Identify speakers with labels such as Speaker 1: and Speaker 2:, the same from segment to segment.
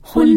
Speaker 1: 婚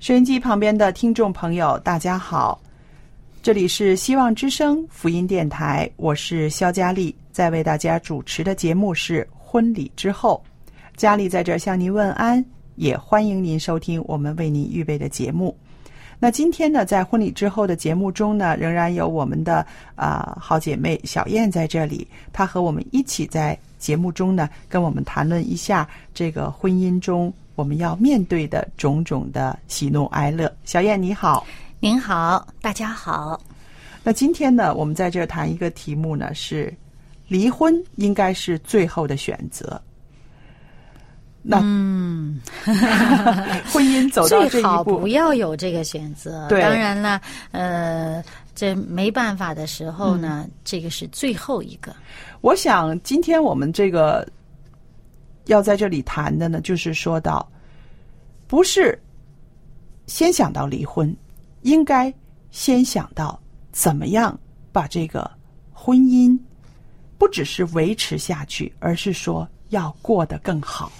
Speaker 2: 收音机旁边的听众朋友，大家好，这里是希望之声福音电台，我是肖佳丽，在为大家主持的节目是《婚礼之后》，佳丽在这儿向您问安，也欢迎您收听我们为您预备的节目。那今天呢，在婚礼之后的节目中呢，仍然有我们的啊、呃好姐妹小燕在这里，她和我们一起在节目中呢，跟我们谈论一下这个婚姻中我们要面对的种种的喜怒哀乐。小燕你好，
Speaker 1: 您好，大家好。
Speaker 2: 那今天呢，我们在这儿谈一个题目呢是，离婚应该是最后的选择。那嗯，婚姻走到这
Speaker 1: 最好
Speaker 2: 一
Speaker 1: 不
Speaker 2: 步，
Speaker 1: 要有这个选择。
Speaker 2: 对
Speaker 1: 当然了，呃，这没办法的时候呢，
Speaker 2: 嗯
Speaker 1: 这个是最后一个。
Speaker 2: 我想今天我们这个要在这里谈的呢，就是说到，不是先想到离婚，应该先想到怎么样把这个婚姻不只是维持下去，而是说要过得更好。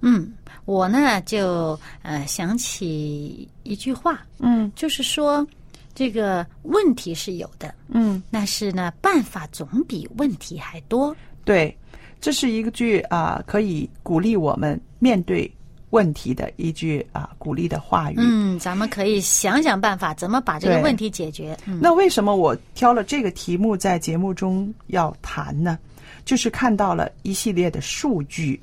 Speaker 1: 嗯，我呢就呃想起一句话，
Speaker 2: 嗯，
Speaker 1: 就是说这个问题是有的，
Speaker 2: 嗯，
Speaker 1: 但是呢，办法总比问题还多。
Speaker 2: 对，这是一句啊、可以鼓励我们面对问题的一句啊、鼓励的话语。
Speaker 1: 嗯，咱们可以想想办法，怎么把这个
Speaker 2: 对
Speaker 1: 问题解决。嗯
Speaker 2: 那为什么我挑了这个题目在节目中要谈呢？就是看到了一系列的数据，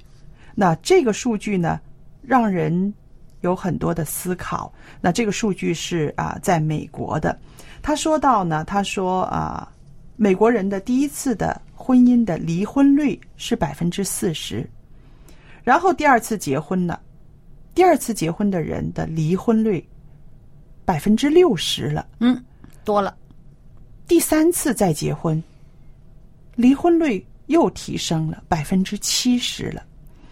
Speaker 2: 那这个数据呢，让人有很多的思考。那这个数据是啊、在美国的，他说到呢，他说啊、美国人的第一次的婚姻的离婚率是百分之四十，然后第二次结婚了，第二次结婚的人的离婚率百分之六十了。
Speaker 1: 嗯，多了。
Speaker 2: 第三次再结婚，离婚率又提升了百分之七十了。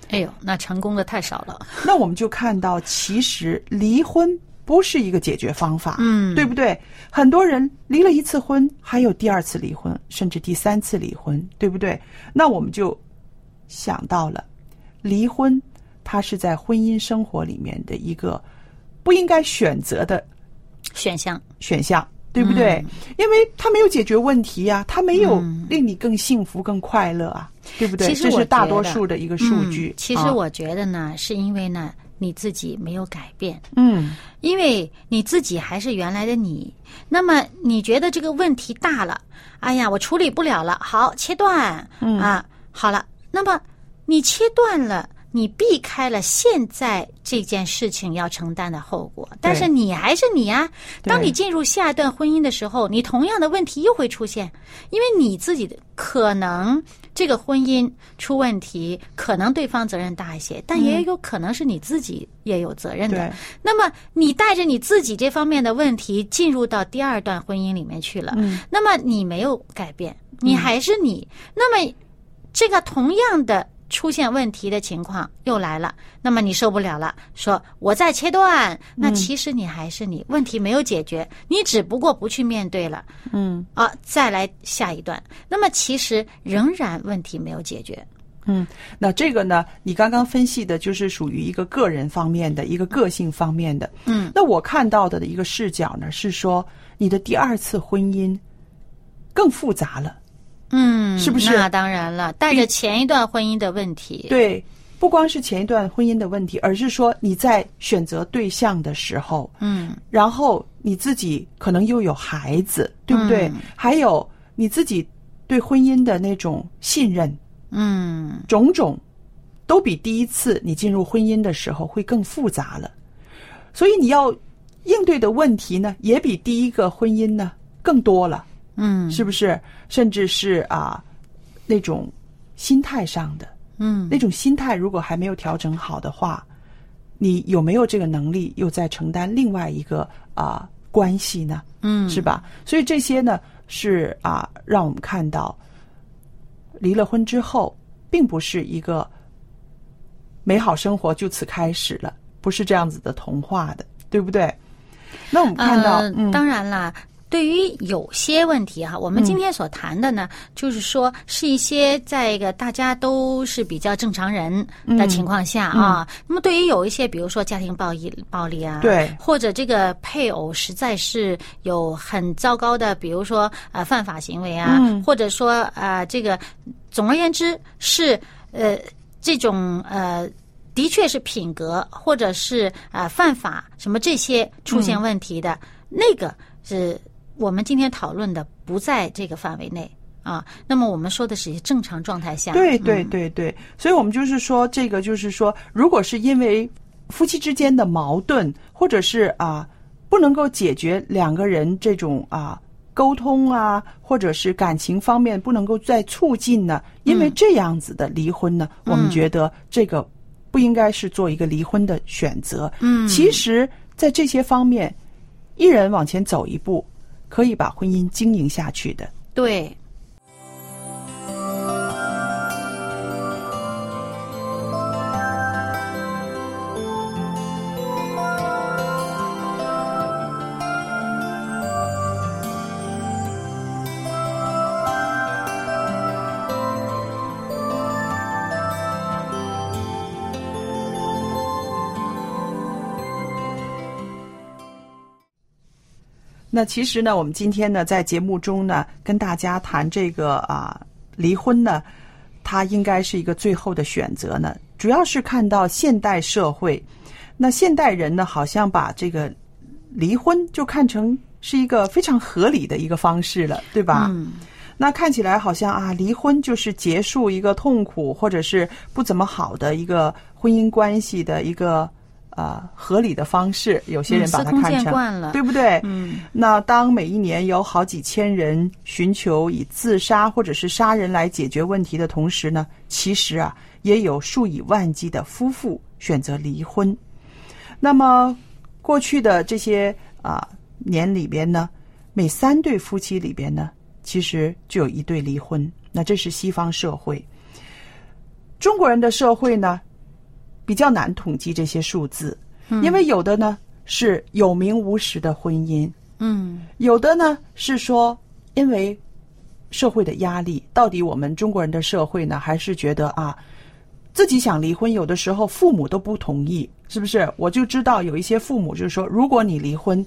Speaker 1: 哎呦，那成功的太少了。
Speaker 2: 那我们就看到，其实离婚不是一个解决方法，
Speaker 1: 嗯
Speaker 2: 对不对？很多人离了一次婚，还有第二次离婚，甚至第三次离婚，对不对？那我们就想到了，离婚它是在婚姻生活里面的一个不应该选择的
Speaker 1: 选项，
Speaker 2: 选项，对不
Speaker 1: 嗯
Speaker 2: 对？因为他没有解决问题呀、他没有令你更幸福、更快乐啊，对不对？
Speaker 1: 其实
Speaker 2: 这
Speaker 1: 我
Speaker 2: 是大
Speaker 1: 觉
Speaker 2: 多
Speaker 1: 得
Speaker 2: 数的一个数据。
Speaker 1: 嗯其实
Speaker 2: 啊
Speaker 1: 我觉得呢，是因为呢你自己没有改变，
Speaker 2: 嗯
Speaker 1: 因为你自己还是原来的你。那么你觉得这个问题大了，哎呀，我处理不了了，好切断、啊，好了。那么你切断了，你避开了现在这件事情要承担的后果，但是你还是你呀、当你进入下一段婚姻的时候，你同样的问题又会出现，因为你自己的可能这个婚姻出问题，可能对方责任大一些，但也有可能是你自己也有责任的。
Speaker 2: 对
Speaker 1: 那么你带着你自己这方面的问题进入到第二段婚姻里面去了，
Speaker 2: 嗯
Speaker 1: 那么你没有改变，你还是你。那么这个同样的出现问题的情况又来了，那么你受不了了，说我再切
Speaker 2: 嗯
Speaker 1: 断，那其实你还是你，问题没有解决，你只不过不去面对了，
Speaker 2: 嗯，
Speaker 1: 啊，再来下一段，那么其实仍然问题没有解决，
Speaker 2: 那这个呢，你刚刚分析的就是属于一个个人方面的一个个性方面的。
Speaker 1: 嗯，
Speaker 2: 那我看到的一个视角呢，是说你的第二次婚姻更复杂了。
Speaker 1: 嗯，
Speaker 2: 是不是
Speaker 1: 那当然了，带着前一段婚姻的问题，
Speaker 2: 对，不光是前一段婚姻的问题，而是说你在选择对象的时候，
Speaker 1: 嗯，
Speaker 2: 然后你自己可能又有孩子，对不对？
Speaker 1: 嗯
Speaker 2: 还有你自己对婚姻的那种信任，
Speaker 1: 嗯
Speaker 2: 种种，都比第一次你进入婚姻的时候会更复杂了。所以你要应对的问题呢，也比第一个婚姻呢更多了，
Speaker 1: 嗯
Speaker 2: 是不是？甚至是啊，那种心态上的
Speaker 1: 嗯
Speaker 2: 那种心态，如果还没有调整好的话，你有没有这个能力又在承担另外一个啊、关系呢？
Speaker 1: 嗯，
Speaker 2: 是吧？所以这些呢是啊，让我们看到离了婚之后，并不是一个美好生活就此开始了，不是这样子的童话的，对不对？那我们看到，
Speaker 1: 呃
Speaker 2: 嗯
Speaker 1: 当然啦。对于有些问题哈，我们今天所谈的呢，就是说是一些在一个大家都是比较正常人
Speaker 2: 嗯
Speaker 1: 的情况下啊。那么对于有一些，比如说家庭暴力暴力啊，
Speaker 2: 对
Speaker 1: 或者这个配偶实在是有很糟糕的，比如说呃犯法行为啊，
Speaker 2: 嗯
Speaker 1: 或者说啊、呃这个，总而言之是呃这种呃。的确是品格或者是呃犯法什么这些出现问题的，
Speaker 2: 嗯
Speaker 1: 那个是我们今天讨论的不在这个范围内啊。那么我们说的是正常状态下，
Speaker 2: 对对对对，所以我们就是说，这个就是说，如果是因为夫妻之间的矛盾，或者是啊不能够解决两个人这种啊沟通啊，或者是感情方面不能够再促进呢，因为这样子的离婚呢，我们觉得这个不应该是做一个离婚的选择。
Speaker 1: 嗯
Speaker 2: 其实，在这些方面，一人往前走一步，可以把婚姻经营下去的。
Speaker 1: 对，
Speaker 2: 那其实呢，我们今天呢，在节目中呢，跟大家谈这个啊，离婚呢，它应该是一个最后的选择呢，主要是看到现代社会，那现代人呢，好像把这个离婚就看成是一个非常合理的一个方式了，对吧？
Speaker 1: 嗯
Speaker 2: 那看起来好像啊，离婚就是结束一个痛苦或者是不怎么好的一个婚姻关系的一个呃合理的方式，有些
Speaker 1: 嗯
Speaker 2: 人把
Speaker 1: 司
Speaker 2: 它
Speaker 1: 空
Speaker 2: 看
Speaker 1: 见
Speaker 2: 成、
Speaker 1: 惯了
Speaker 2: 对不对？
Speaker 1: 嗯
Speaker 2: 那当每一年有好几千人寻求以自杀或者是杀人来解决问题的同时呢，其实啊，也有数以万计的夫妇选择离婚。那么，过去的这些啊、年里边呢，每三对夫妻里边呢，其实就有一对离婚。那这是西方社会，中国人的社会呢，比较难统计这些数字，因为有的呢是有名无实的婚姻，
Speaker 1: 嗯
Speaker 2: 有的呢是说，因为社会的压力，到底我们中国人的社会呢，还是觉得啊，自己想离婚，有的时候父母都不同意，是不是？我就知道有一些父母就是说，如果你离婚，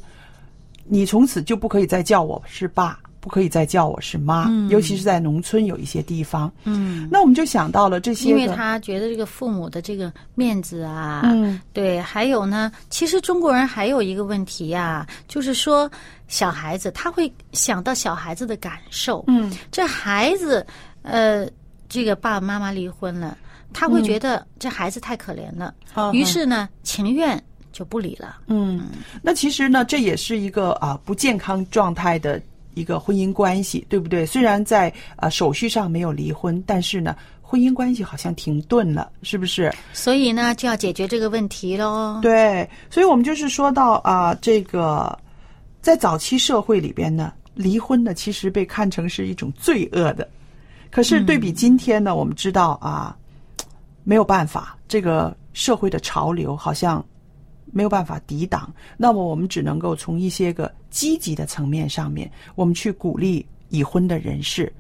Speaker 2: 你从此就不可以再叫我是爸，不可以再叫我是妈，尤其是在农村有一些地方。
Speaker 1: 嗯，
Speaker 2: 那我们就想到了这些
Speaker 1: 因
Speaker 2: 个，
Speaker 1: 为他觉得这个父母的这个面子啊，
Speaker 2: 嗯
Speaker 1: 对，还有呢，其实中国人还有一个问题呀、就是说小孩子他会想到小孩子的感受，
Speaker 2: 嗯，
Speaker 1: 这孩子，呃，这个爸爸妈妈离婚了，他会觉
Speaker 2: 嗯
Speaker 1: 得这孩子太可怜了，
Speaker 2: 啊
Speaker 1: 于是呢，情愿就不理了。
Speaker 2: 嗯，那其实呢，这也是一个啊不健康状态的一个婚姻关系，对不对？虽然在啊手续上没有离婚，但是呢，婚姻关系好像停顿了，是不是？
Speaker 1: 所以呢，就要解决这个问题喽。
Speaker 2: 嗯对，所以我们就是说到啊，这个在早期社会里边呢，离婚呢其实被看成是一种罪恶的，可是对比今天呢，我们知道啊，没有办法，这个社会的潮流好像没有办法抵挡。那么我们只能够从一些个积极的层面上面，我们去鼓励已婚的人士。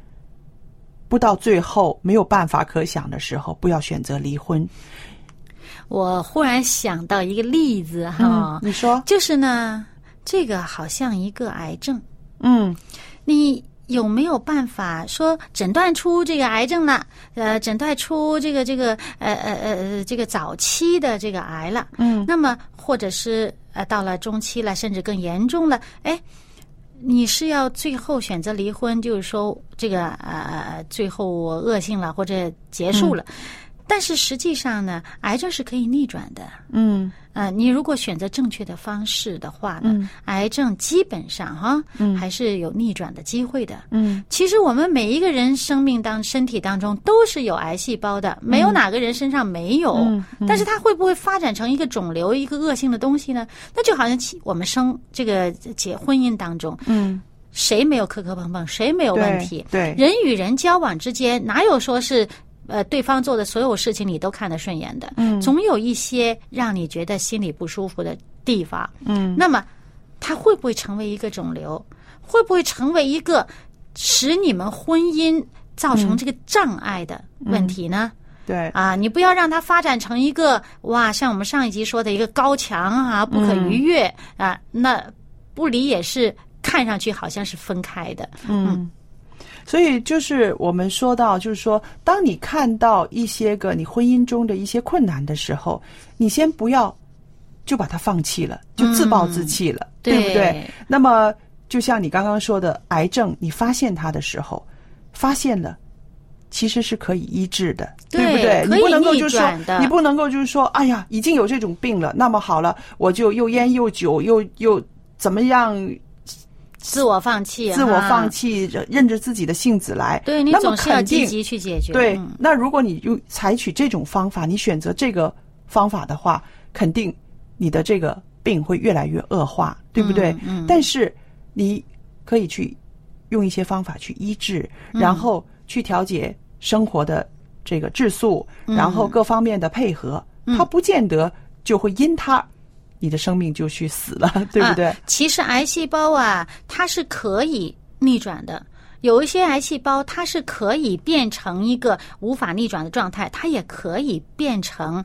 Speaker 2: 不到最后没有办法可想的时候，不要选择离婚。
Speaker 1: 我忽然想到一个例子哈，
Speaker 2: 你说，
Speaker 1: 就是呢，这个好像一个癌症，
Speaker 2: 嗯
Speaker 1: 你有没有办法说诊断出这个癌症了？呃，诊断出这个这个呃呃呃呃这个早期的这个癌了？
Speaker 2: 嗯，
Speaker 1: 那么或者是呃到了中期了，甚至更严重了，哎。你是要最后选择离婚，就是说这个呃，最后我恶性了或者结束了，但是实际上呢，癌症是可以逆转的。
Speaker 2: 嗯
Speaker 1: 呃，你如果选择正确的方式的话呢，
Speaker 2: 嗯
Speaker 1: 癌症基本上哈，还是有逆转的机会的。
Speaker 2: 嗯
Speaker 1: 其实我们每一个人生命当身体当中都是有癌细胞的，没有哪个人身上没有。
Speaker 2: 嗯
Speaker 1: 但是它会不会发展成一个肿瘤、一个恶性的东西呢？那就好像其我们生这个结婚姻当中，
Speaker 2: 嗯，
Speaker 1: 谁没有磕磕碰碰，谁没有
Speaker 2: 有
Speaker 1: 问题？
Speaker 2: 对，
Speaker 1: 人与人交往之间，哪有说是呃对方做的所有事情你都看得顺眼的？
Speaker 2: 嗯
Speaker 1: 总有一些让你觉得心里不舒服的地方。
Speaker 2: 嗯
Speaker 1: 那么，它会不会成为一个肿瘤？会不会成为一个使你们婚姻造成这个障碍的
Speaker 2: 嗯
Speaker 1: 问题呢？
Speaker 2: 对，
Speaker 1: 啊，你不要让它发展成一个哇，像我们上一集说的一个高墙啊，
Speaker 2: 嗯
Speaker 1: 不可逾越、啊，那不离也是看上去好像是分开的。
Speaker 2: 嗯。所以就是我们说到，就是说，当你看到一些个你婚姻中的一些困难的时候，你先不要就把它放弃了，就自暴自弃了，对不对？
Speaker 1: 嗯对
Speaker 2: 那么，就像你刚刚说的，癌症，你发现它的时候，发现了。其实是可以医治的，
Speaker 1: 对
Speaker 2: 不对？
Speaker 1: 可以
Speaker 2: 你不能够就是
Speaker 1: 逆转的
Speaker 2: 说，你不能够就是说，哎呀，已经有这种病了，那么好了，我就又烟又酒又又怎么样
Speaker 1: 自我放弃，
Speaker 2: 自我放
Speaker 1: 弃，
Speaker 2: 弃，认着自己的性子来。
Speaker 1: 对你
Speaker 2: 那么
Speaker 1: 总是要
Speaker 2: 肯
Speaker 1: 积
Speaker 2: 定
Speaker 1: 极去解决。
Speaker 2: 对
Speaker 1: 嗯。
Speaker 2: 那如果你用采取这种方法，你选择这个方法的话，肯定你的这个病会越来越恶化，对不对？
Speaker 1: 嗯嗯
Speaker 2: 但是你可以去用一些方法去医治，
Speaker 1: 嗯
Speaker 2: 然后去调节生活的这个质素，
Speaker 1: 嗯
Speaker 2: 然后各方面的配合，它不见得就会因它你的生命就去死了，对不对？
Speaker 1: 啊其实癌细胞啊，它是可以逆转的。有一些癌细胞，它是可以变成一个无法逆转的状态，它也可以变成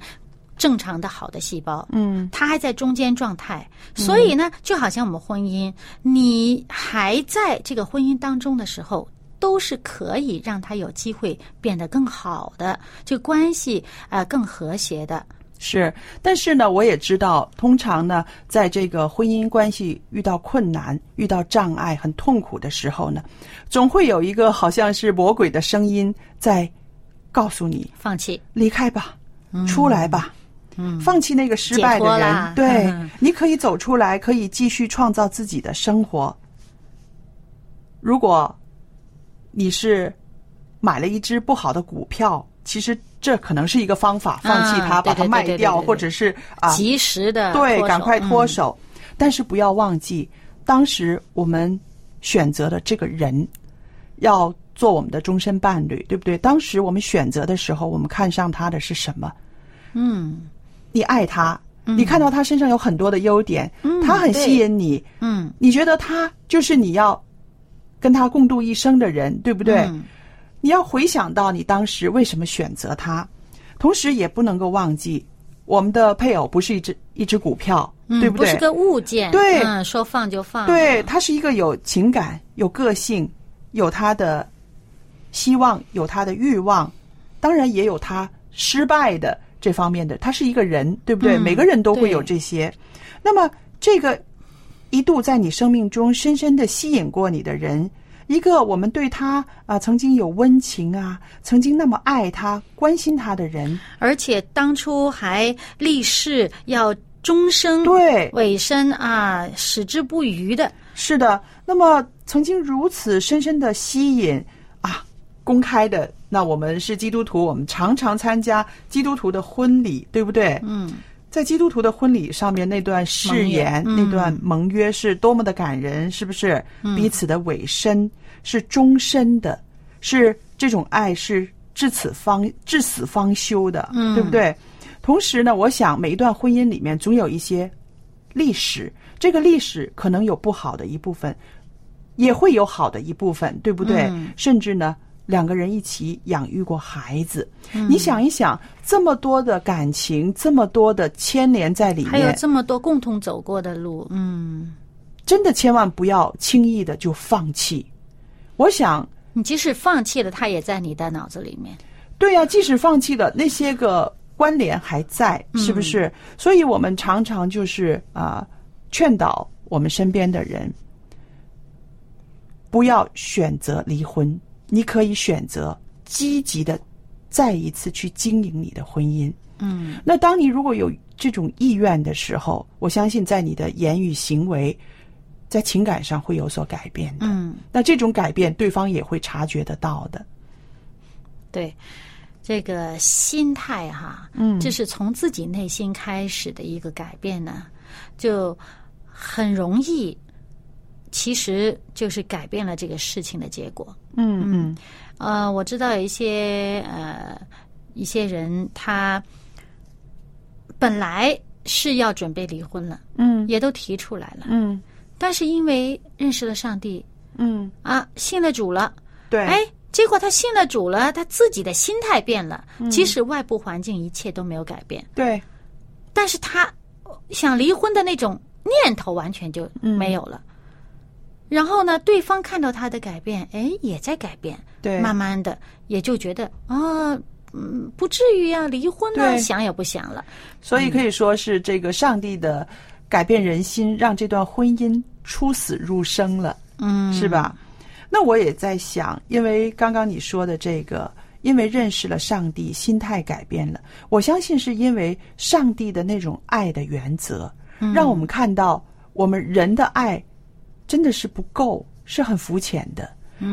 Speaker 1: 正常的好的细胞。
Speaker 2: 嗯，
Speaker 1: 它还在中间状态，所以呢，就好像我们婚姻，你还在这个婚姻当中的时候，都是可以让它有机会变得更好的，这个关系啊、呃更和谐的。
Speaker 2: 是，但是呢，我也知道，通常呢，在这个婚姻关系遇到困难、遇到障碍、很痛苦的时候呢，总会有一个好像是魔鬼的声音在告诉你
Speaker 1: 放弃，
Speaker 2: 离开吧，出来吧，嗯，放弃那个失败
Speaker 1: 解脱
Speaker 2: 的
Speaker 1: 啦
Speaker 2: 人，对
Speaker 1: 嗯，
Speaker 2: 你可以走出来，可以继续创造自己的生活。如果你是买了一只不好的股票，其实这可能是一个方法，放弃它，
Speaker 1: 啊对对
Speaker 2: 把它
Speaker 1: 对
Speaker 2: 卖
Speaker 1: 对对
Speaker 2: 掉，
Speaker 1: 对
Speaker 2: 或者是啊，
Speaker 1: 及时的
Speaker 2: 对，赶快脱
Speaker 1: 呃嗯
Speaker 2: 手。但是不要忘记，当时我们选择的这个人要做我们的终身伴侣，对不对？当时我们选择的时候，我们看上他的是什么？
Speaker 1: 嗯。
Speaker 2: 你爱他，你看到他身上有很多的优点，他很吸引你，
Speaker 1: 嗯，
Speaker 2: 你觉得他就是你要跟他共度一生的人，对不对？
Speaker 1: 嗯
Speaker 2: 你要回想到你当时为什么选择他，同时也不能够忘记，我们的配偶不是一只一只股票，
Speaker 1: 嗯
Speaker 2: 对
Speaker 1: 不
Speaker 2: 对？
Speaker 1: 是个物件，
Speaker 2: 对
Speaker 1: 嗯，说放就放，，
Speaker 2: 对，他是一个有情感、有个性、有他的希望、有他的欲望，当然也有他失败的这方面的。他是一个人，对不对？
Speaker 1: 嗯
Speaker 2: 每个人都会有
Speaker 1: 对
Speaker 2: 这些。那么，这个一度在你生命中深深的吸引过你的人，一个我们对他啊、曾经有温情啊，曾经那么爱他、关心他的人，
Speaker 1: 而且当初还立誓要终生
Speaker 2: 对，
Speaker 1: 委身啊，矢志不渝的，
Speaker 2: 是的，那么曾经如此深深的吸引啊，公开的，那我们是基督徒，我们常常参加基督徒的婚礼，对不对？
Speaker 1: 嗯，
Speaker 2: 在基督徒的婚礼上面，那段誓言、
Speaker 1: 盟约嗯嗯
Speaker 2: 那段盟约是多么的感人，是不是？彼此的委身是终身的，是这种爱是至此方至死方休的，
Speaker 1: 嗯
Speaker 2: 对不对？同时呢，我想每一段婚姻里面总有一些历史，这个历史可能有不好的一部分，也会有好的一部分，对不对？
Speaker 1: 嗯
Speaker 2: 甚至呢，两个人一起养育过孩子，
Speaker 1: 嗯
Speaker 2: 你想一想，这么多的感情，这么多的牵连在里面，
Speaker 1: 还有这么多共同走过的路，嗯，
Speaker 2: 真的千万不要轻易的就放弃。我想，
Speaker 1: 你即使放弃了，它也在你的脑子里面。
Speaker 2: 对呀、即使放弃了，那些个关联还在，是不是？所以我们常常就是啊、劝导我们身边的人，不要选择离婚，你可以选择积极的再一次去经营你的婚姻。
Speaker 1: 嗯，
Speaker 2: 那当你如果有这种意愿的时候，我相信在你的言语行为，在情感上会有所改变的。
Speaker 1: 嗯，
Speaker 2: 那这种改变，对方也会察觉得到的。
Speaker 1: 对，这个心态哈，
Speaker 2: 嗯
Speaker 1: 这是从自己内心开始的一个改变呢，就很容易，其实就是改变了这个事情的结果。
Speaker 2: 嗯嗯
Speaker 1: 呃，我知道有一些呃一些人，他本来是要准备离婚了，
Speaker 2: 嗯
Speaker 1: 也都提出来了，
Speaker 2: 嗯
Speaker 1: 但是因为认识了上帝
Speaker 2: 嗯，
Speaker 1: 啊，信了主了，
Speaker 2: 对，
Speaker 1: 哎，结果他信了主了，他自己的心态变了，
Speaker 2: 嗯
Speaker 1: 即使外部环境一切都没有改变，
Speaker 2: 对，
Speaker 1: 但是他想离婚的那种念头完全就没有
Speaker 2: 嗯
Speaker 1: 了。然后呢，对方看到他的改变，哎，也在改变，
Speaker 2: 对
Speaker 1: 慢慢的也就觉得啊，嗯，不至于呀、离婚呢、
Speaker 2: 对
Speaker 1: 想也不想了，
Speaker 2: 所以可以说是这个上帝的改变人心，让这段婚姻出死入生了，
Speaker 1: 嗯，
Speaker 2: 是吧？那我也在想，因为刚刚你说的这个，因为认识了上帝，心态改变了，我相信是因为上帝的那种爱的原则，让我们看到我们人的爱真的是不够，是很肤浅的。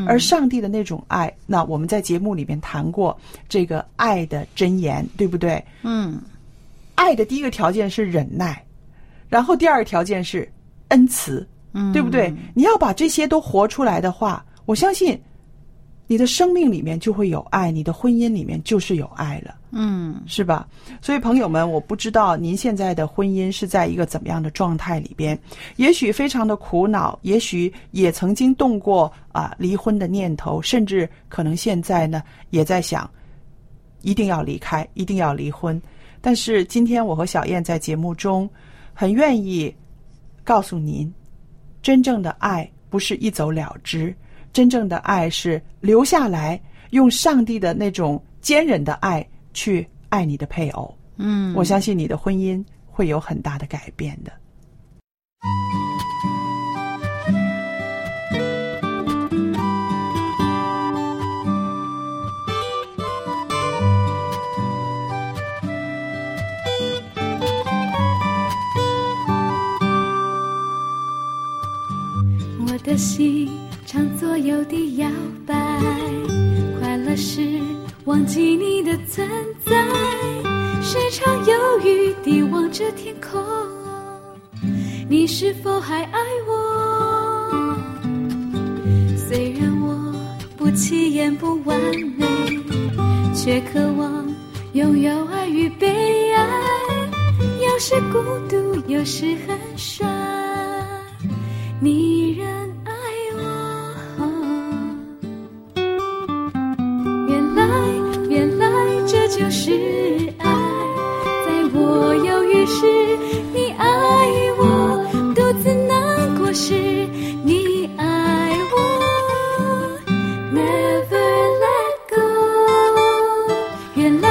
Speaker 2: 而上帝的那种爱，那我们在节目里面谈过这个爱的箴言，对不对？
Speaker 1: 嗯，
Speaker 2: 爱的第一个条件是忍耐，然后第二个条件是恩慈，
Speaker 1: 嗯
Speaker 2: 对不对？你要把这些都活出来的话，我相信你的生命里面就会有爱，你的婚姻里面就是有爱了，
Speaker 1: 嗯，
Speaker 2: 是吧？所以朋友们，我不知道您现在的婚姻是在一个怎么样的状态里边，也许非常的苦恼，也许也曾经动过啊、离婚的念头，甚至可能现在呢也在想一定要离开，一定要离婚。但是今天我和小燕在节目中，很愿意告诉您，真正的爱不是一走了之，真正的爱是留下来，用上帝的那种坚忍的爱去爱你的配偶。
Speaker 1: 嗯，
Speaker 2: 我相信你的婚姻会有很大的改变的。
Speaker 3: 我的心常左右地摇摆，快乐时忘记你的存在，时常忧郁地望着天空，你是否还爱我？虽然我不起眼不完美，却渴望拥有爱与被爱，有时孤独，有时很帅。你仍爱我。原来，原来这就是爱，在我犹豫时，你爱我；独自难过时，你爱我。Never let go。原来，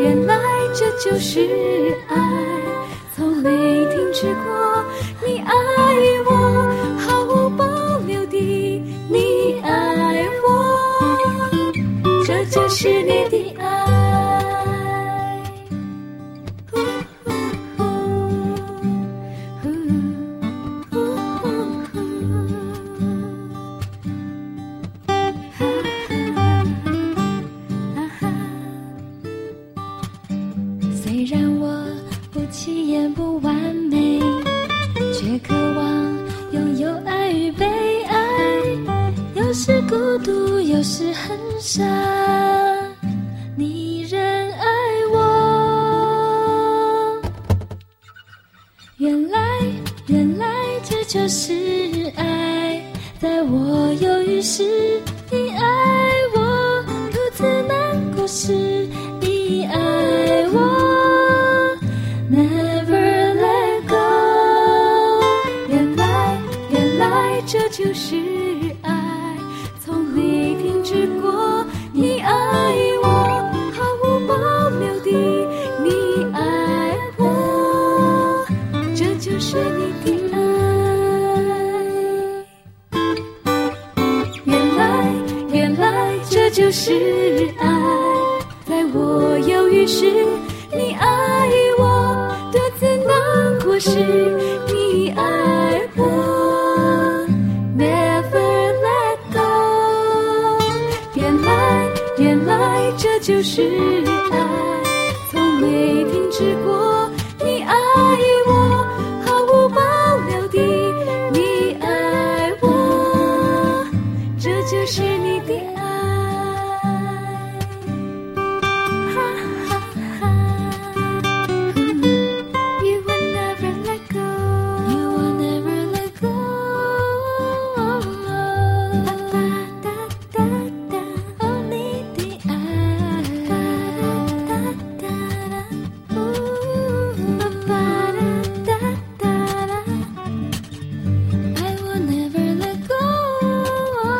Speaker 3: 原来这就是爱，从没停止过。你爱我，毫无保留的，你爱我，这就是你的 爱。呼呼呼呼呼呼哈哈，哈哈。虽然我不起眼不完美，却渴望拥有爱与被爱。有时孤独，有时很傻。就是爱，在我犹豫时，你爱我；独自难过时，你爱我。Never let go，原来原来这就是爱，从没停止过。你爱我，毫无保留地，你爱我。这就是你的爱。原来，原来这就是爱，在我犹豫时，你爱我；独自难过时，你爱我。Never let go。原来，原来这就是爱，从没停止过。你爱我，毫无保留地，你爱我，这就是你的爱。哈哈哈。You will never let go. You will never let go. Da da da da. Only the eye. Da da da da. Ooh. Da da da da. I will never let go.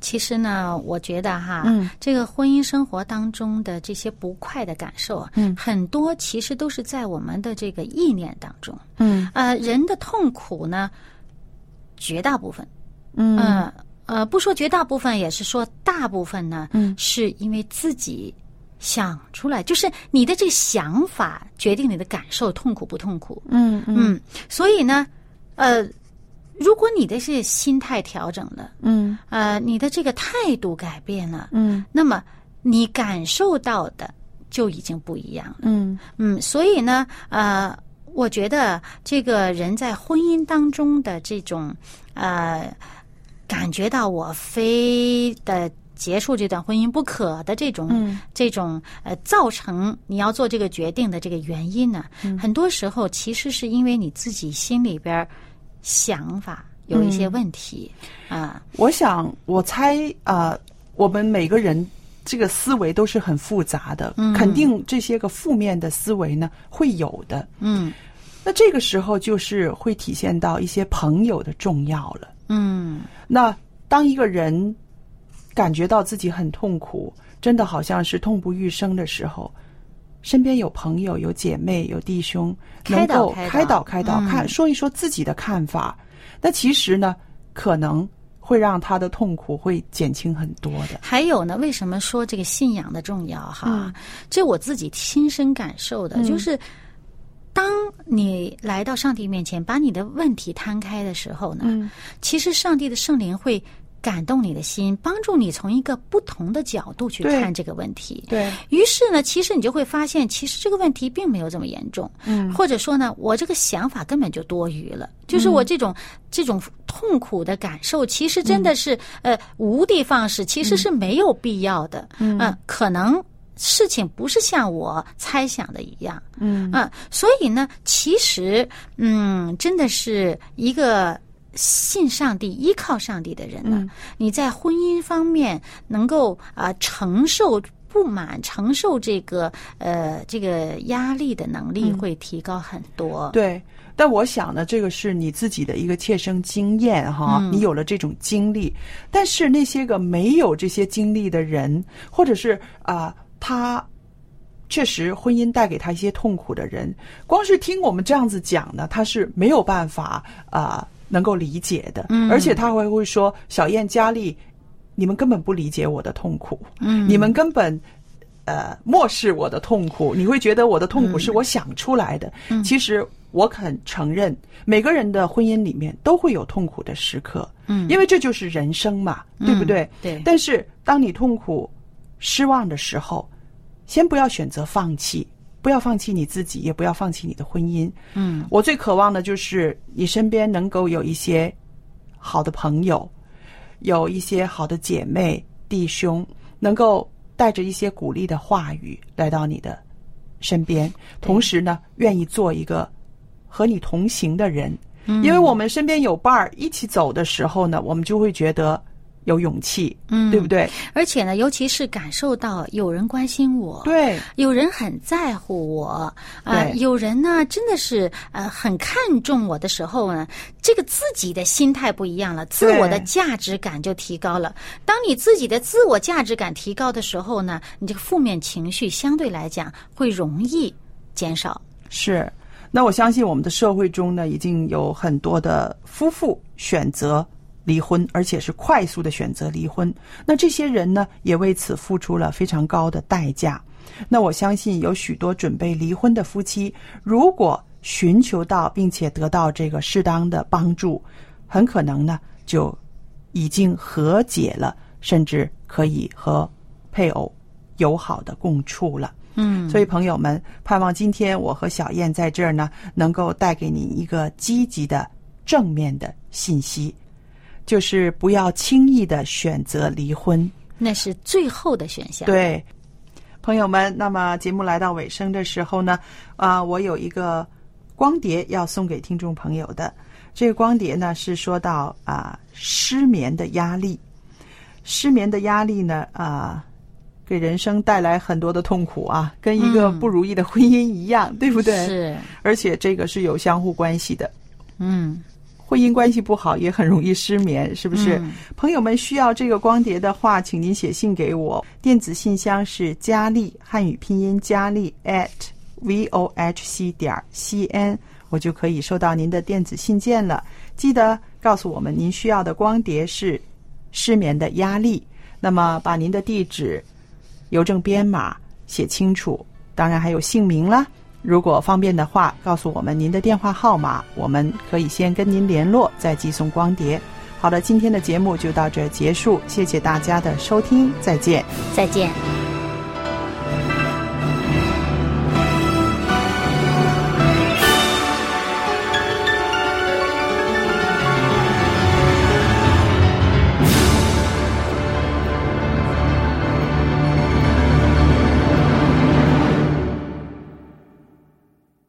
Speaker 1: 其实呢，我觉得哈，
Speaker 2: 嗯
Speaker 1: 这个婚姻生活当中的这些不快的感受，啊
Speaker 2: 嗯
Speaker 1: 很多其实都是在我们的这个意念当中。
Speaker 3: Hmm.
Speaker 2: 嗯
Speaker 1: 呃，人的痛苦呢，绝大部分，
Speaker 3: Hmm.
Speaker 2: 嗯
Speaker 1: 呃呃，不说绝大部分，也是说大部分呢，
Speaker 3: Hmm.
Speaker 2: 嗯
Speaker 1: 是因为自己想出来，就是你的这个想法决定你的感受痛苦不痛苦。
Speaker 3: Hmm.
Speaker 2: 嗯嗯
Speaker 1: 嗯，所以呢，呃，如果你的是心态调整了，
Speaker 3: Hmm.
Speaker 2: 嗯
Speaker 1: 呃，你的这个态度改变了，
Speaker 2: 嗯
Speaker 1: 那么你感受到的就已经不一样了。
Speaker 3: Hmm.
Speaker 2: 嗯
Speaker 1: 嗯，所以呢，呃，我觉得这个人在婚姻当中的这种呃，感觉到我非的结束这段婚姻不可的这种、这种呃，造成你要做这个决定的这个原因呢，很多时候其实是因为你自己心里边儿想法有一些问题啊、
Speaker 2: 我想，我猜啊、呃我们每个人这个思维都是很复杂的，肯定这些个负面的思维呢会有的。
Speaker 1: 嗯
Speaker 2: 那这个时候就是会体现到一些朋友的重要了。
Speaker 1: 嗯
Speaker 2: 那当一个人感觉到自己很痛苦，真的好像是痛不欲生的时候，身边有朋友、有姐妹、有弟兄，
Speaker 1: 开
Speaker 2: 能
Speaker 1: 导
Speaker 2: 够
Speaker 1: 开
Speaker 2: 开
Speaker 1: 导
Speaker 2: 导开导
Speaker 1: 嗯，
Speaker 2: 看说一说自己的看法。那其实呢，可能会让他的痛苦会减轻很多的。
Speaker 1: 还有呢，为什么说这个信仰的重要哈？这我自己亲身感受的，就是当你来到上帝面前，把你的问题摊开的时候呢，其实上帝的圣灵会。感动你的心，帮助你从一个不同的角度去
Speaker 2: 对
Speaker 1: 看这个问题。
Speaker 2: 对，
Speaker 1: 于是呢，其实你就会发现，其实这个问题并没有这么严重，嗯，或者说呢，我这个想法根本就多余了，就是我这种、这种痛苦的感受，其实真的是、呃无的放矢，其实是没有必要的，嗯、可能事情不是像我猜想的一样，嗯啊，所以呢，其实嗯，真的是一个信上帝、依靠上帝的人呢，
Speaker 2: 嗯
Speaker 1: 你在婚姻方面能够啊、承受。不满承受这个呃这个压力的能力会提高很多。
Speaker 2: 嗯对，但我想呢，这个是你自己的一个切身经验哈，你有了这种经历，但是那些个没有这些经历的人，或者是啊、他确实婚姻带给他一些痛苦的人，光是听我们这样子讲呢，他是没有办法啊、能够理解的，嗯、而且他还会说小燕佳丽，你们根本不理解我的痛苦，嗯，你们根本。呃漠视我的痛苦，你会觉得我的痛苦是我想出来的。其实我肯承认，每个人的婚姻里面都会有痛苦的时刻，嗯，因为这就是人生嘛，对不对？
Speaker 1: 对
Speaker 2: 但是当你痛苦、失望的时候，先不要选择放弃。不要放弃你自己，也不要放弃你的婚姻。嗯，我最渴望的就是你身边能够有一些好的朋友，有一些好的姐妹弟兄，能够带着一些鼓励的话语来到你的身边，同时呢，愿意做一个和你同行的人，因为我们身边有伴儿一起走的时候呢，我们就会觉得有勇气，嗯，对不对？
Speaker 1: 而且呢，尤其是感受到有人关心我，
Speaker 2: 对，
Speaker 1: 有人很在乎我，啊、
Speaker 2: 对
Speaker 1: 有人呢真的是呃很看重我的时候呢，这个自己的心态不一样了，自我的价值感就提高了。当你自己的自我价值感提高的时候呢，你这个负面情绪相对来讲会容易减少。
Speaker 2: 是。那我相信我们的社会中呢，已经有很多的夫妇选择离婚，而且是快速的选择离婚。那这些人呢，也为此付出了非常高的代价。那我相信有许多准备离婚的夫妻，如果寻求到并且得到这个适当的帮助，很可能呢就已经和解了，甚至可以和配偶友好的共处了。嗯，所以朋友们，盼望今天我和小燕在这儿呢，能够带给你一个积极的、正面的信息，就是不要轻易的选择离婚。
Speaker 1: 那是最后的选项。
Speaker 2: 对，朋友们，那么节目来到尾声的时候呢，啊、我有一个光碟要送给听众朋友的。这个光碟呢是说到啊、失眠的压力，失眠的压力呢啊、给人生带来很多的痛苦啊，跟一个不如意的婚姻一样，对不对？
Speaker 1: 是，
Speaker 2: 而且这个是有相互关系的。
Speaker 1: 嗯。
Speaker 2: 婚姻关系不好也很容易失眠，是不是？朋友们需要这个光碟的话，请您写信给我，电子信箱是佳丽汉语拼音佳丽 at v o h c 点 c n，我就可以收到您的电子信件了。记得告诉我们您需要的光碟是《失眠的压力》，那么把您的地址、邮政编码写清楚，当然还有姓名啦。如果方便的话，告诉我们您的电话号码，我们可以先跟您联络，再寄送光碟。好了，今天的节目就到这儿结束，谢谢大家的收听，再见。
Speaker 1: 再见。